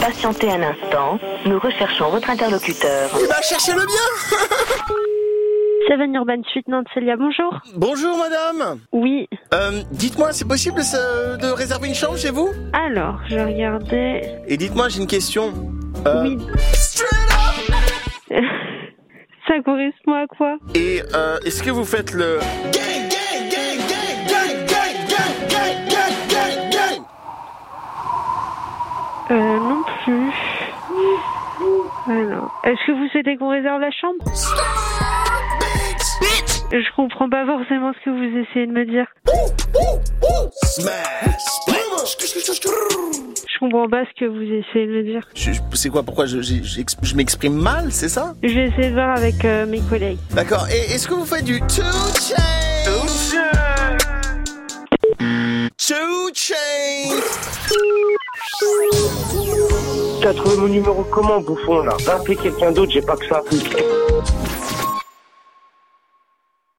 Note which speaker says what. Speaker 1: Patientez un instant, nous recherchons votre interlocuteur.
Speaker 2: Il va chercher le bien
Speaker 3: Seven Urban Suite Nantes Célia, bonjour.
Speaker 2: Bonjour madame
Speaker 3: Oui,
Speaker 2: Euh, Dites-moi, c'est possible ça, de réserver une chambre chez vous
Speaker 3: alors, je regardais.
Speaker 2: Et dites-moi, j'ai une question. Euh,
Speaker 3: Oui. Ça correspond à quoi
Speaker 2: Et euh, est-ce que vous faites le... Gang, gang, gang, gang, gang, gang, gang, gang, gang, gang, gang
Speaker 3: Euh, non plus. Alors, est-ce que vous souhaitez qu'on réserve la chambre Je comprends pas forcément ce que vous essayez de me dire.
Speaker 2: Smash, smash.
Speaker 3: Je comprends pas ce que vous essayez de me dire.
Speaker 2: Je- je- C'est quoi Pourquoi je, j'ai- j'ex- je m'exprime mal, c'est ça
Speaker 3: Je vais essayer de voir avec euh, mes collègues.
Speaker 2: D'accord. Et est-ce que vous faites du two chain Two chain
Speaker 4: T'as trouvé mon numéro comment, bouffon, là Va appeler quelqu'un d'autre, j'ai pas que ça.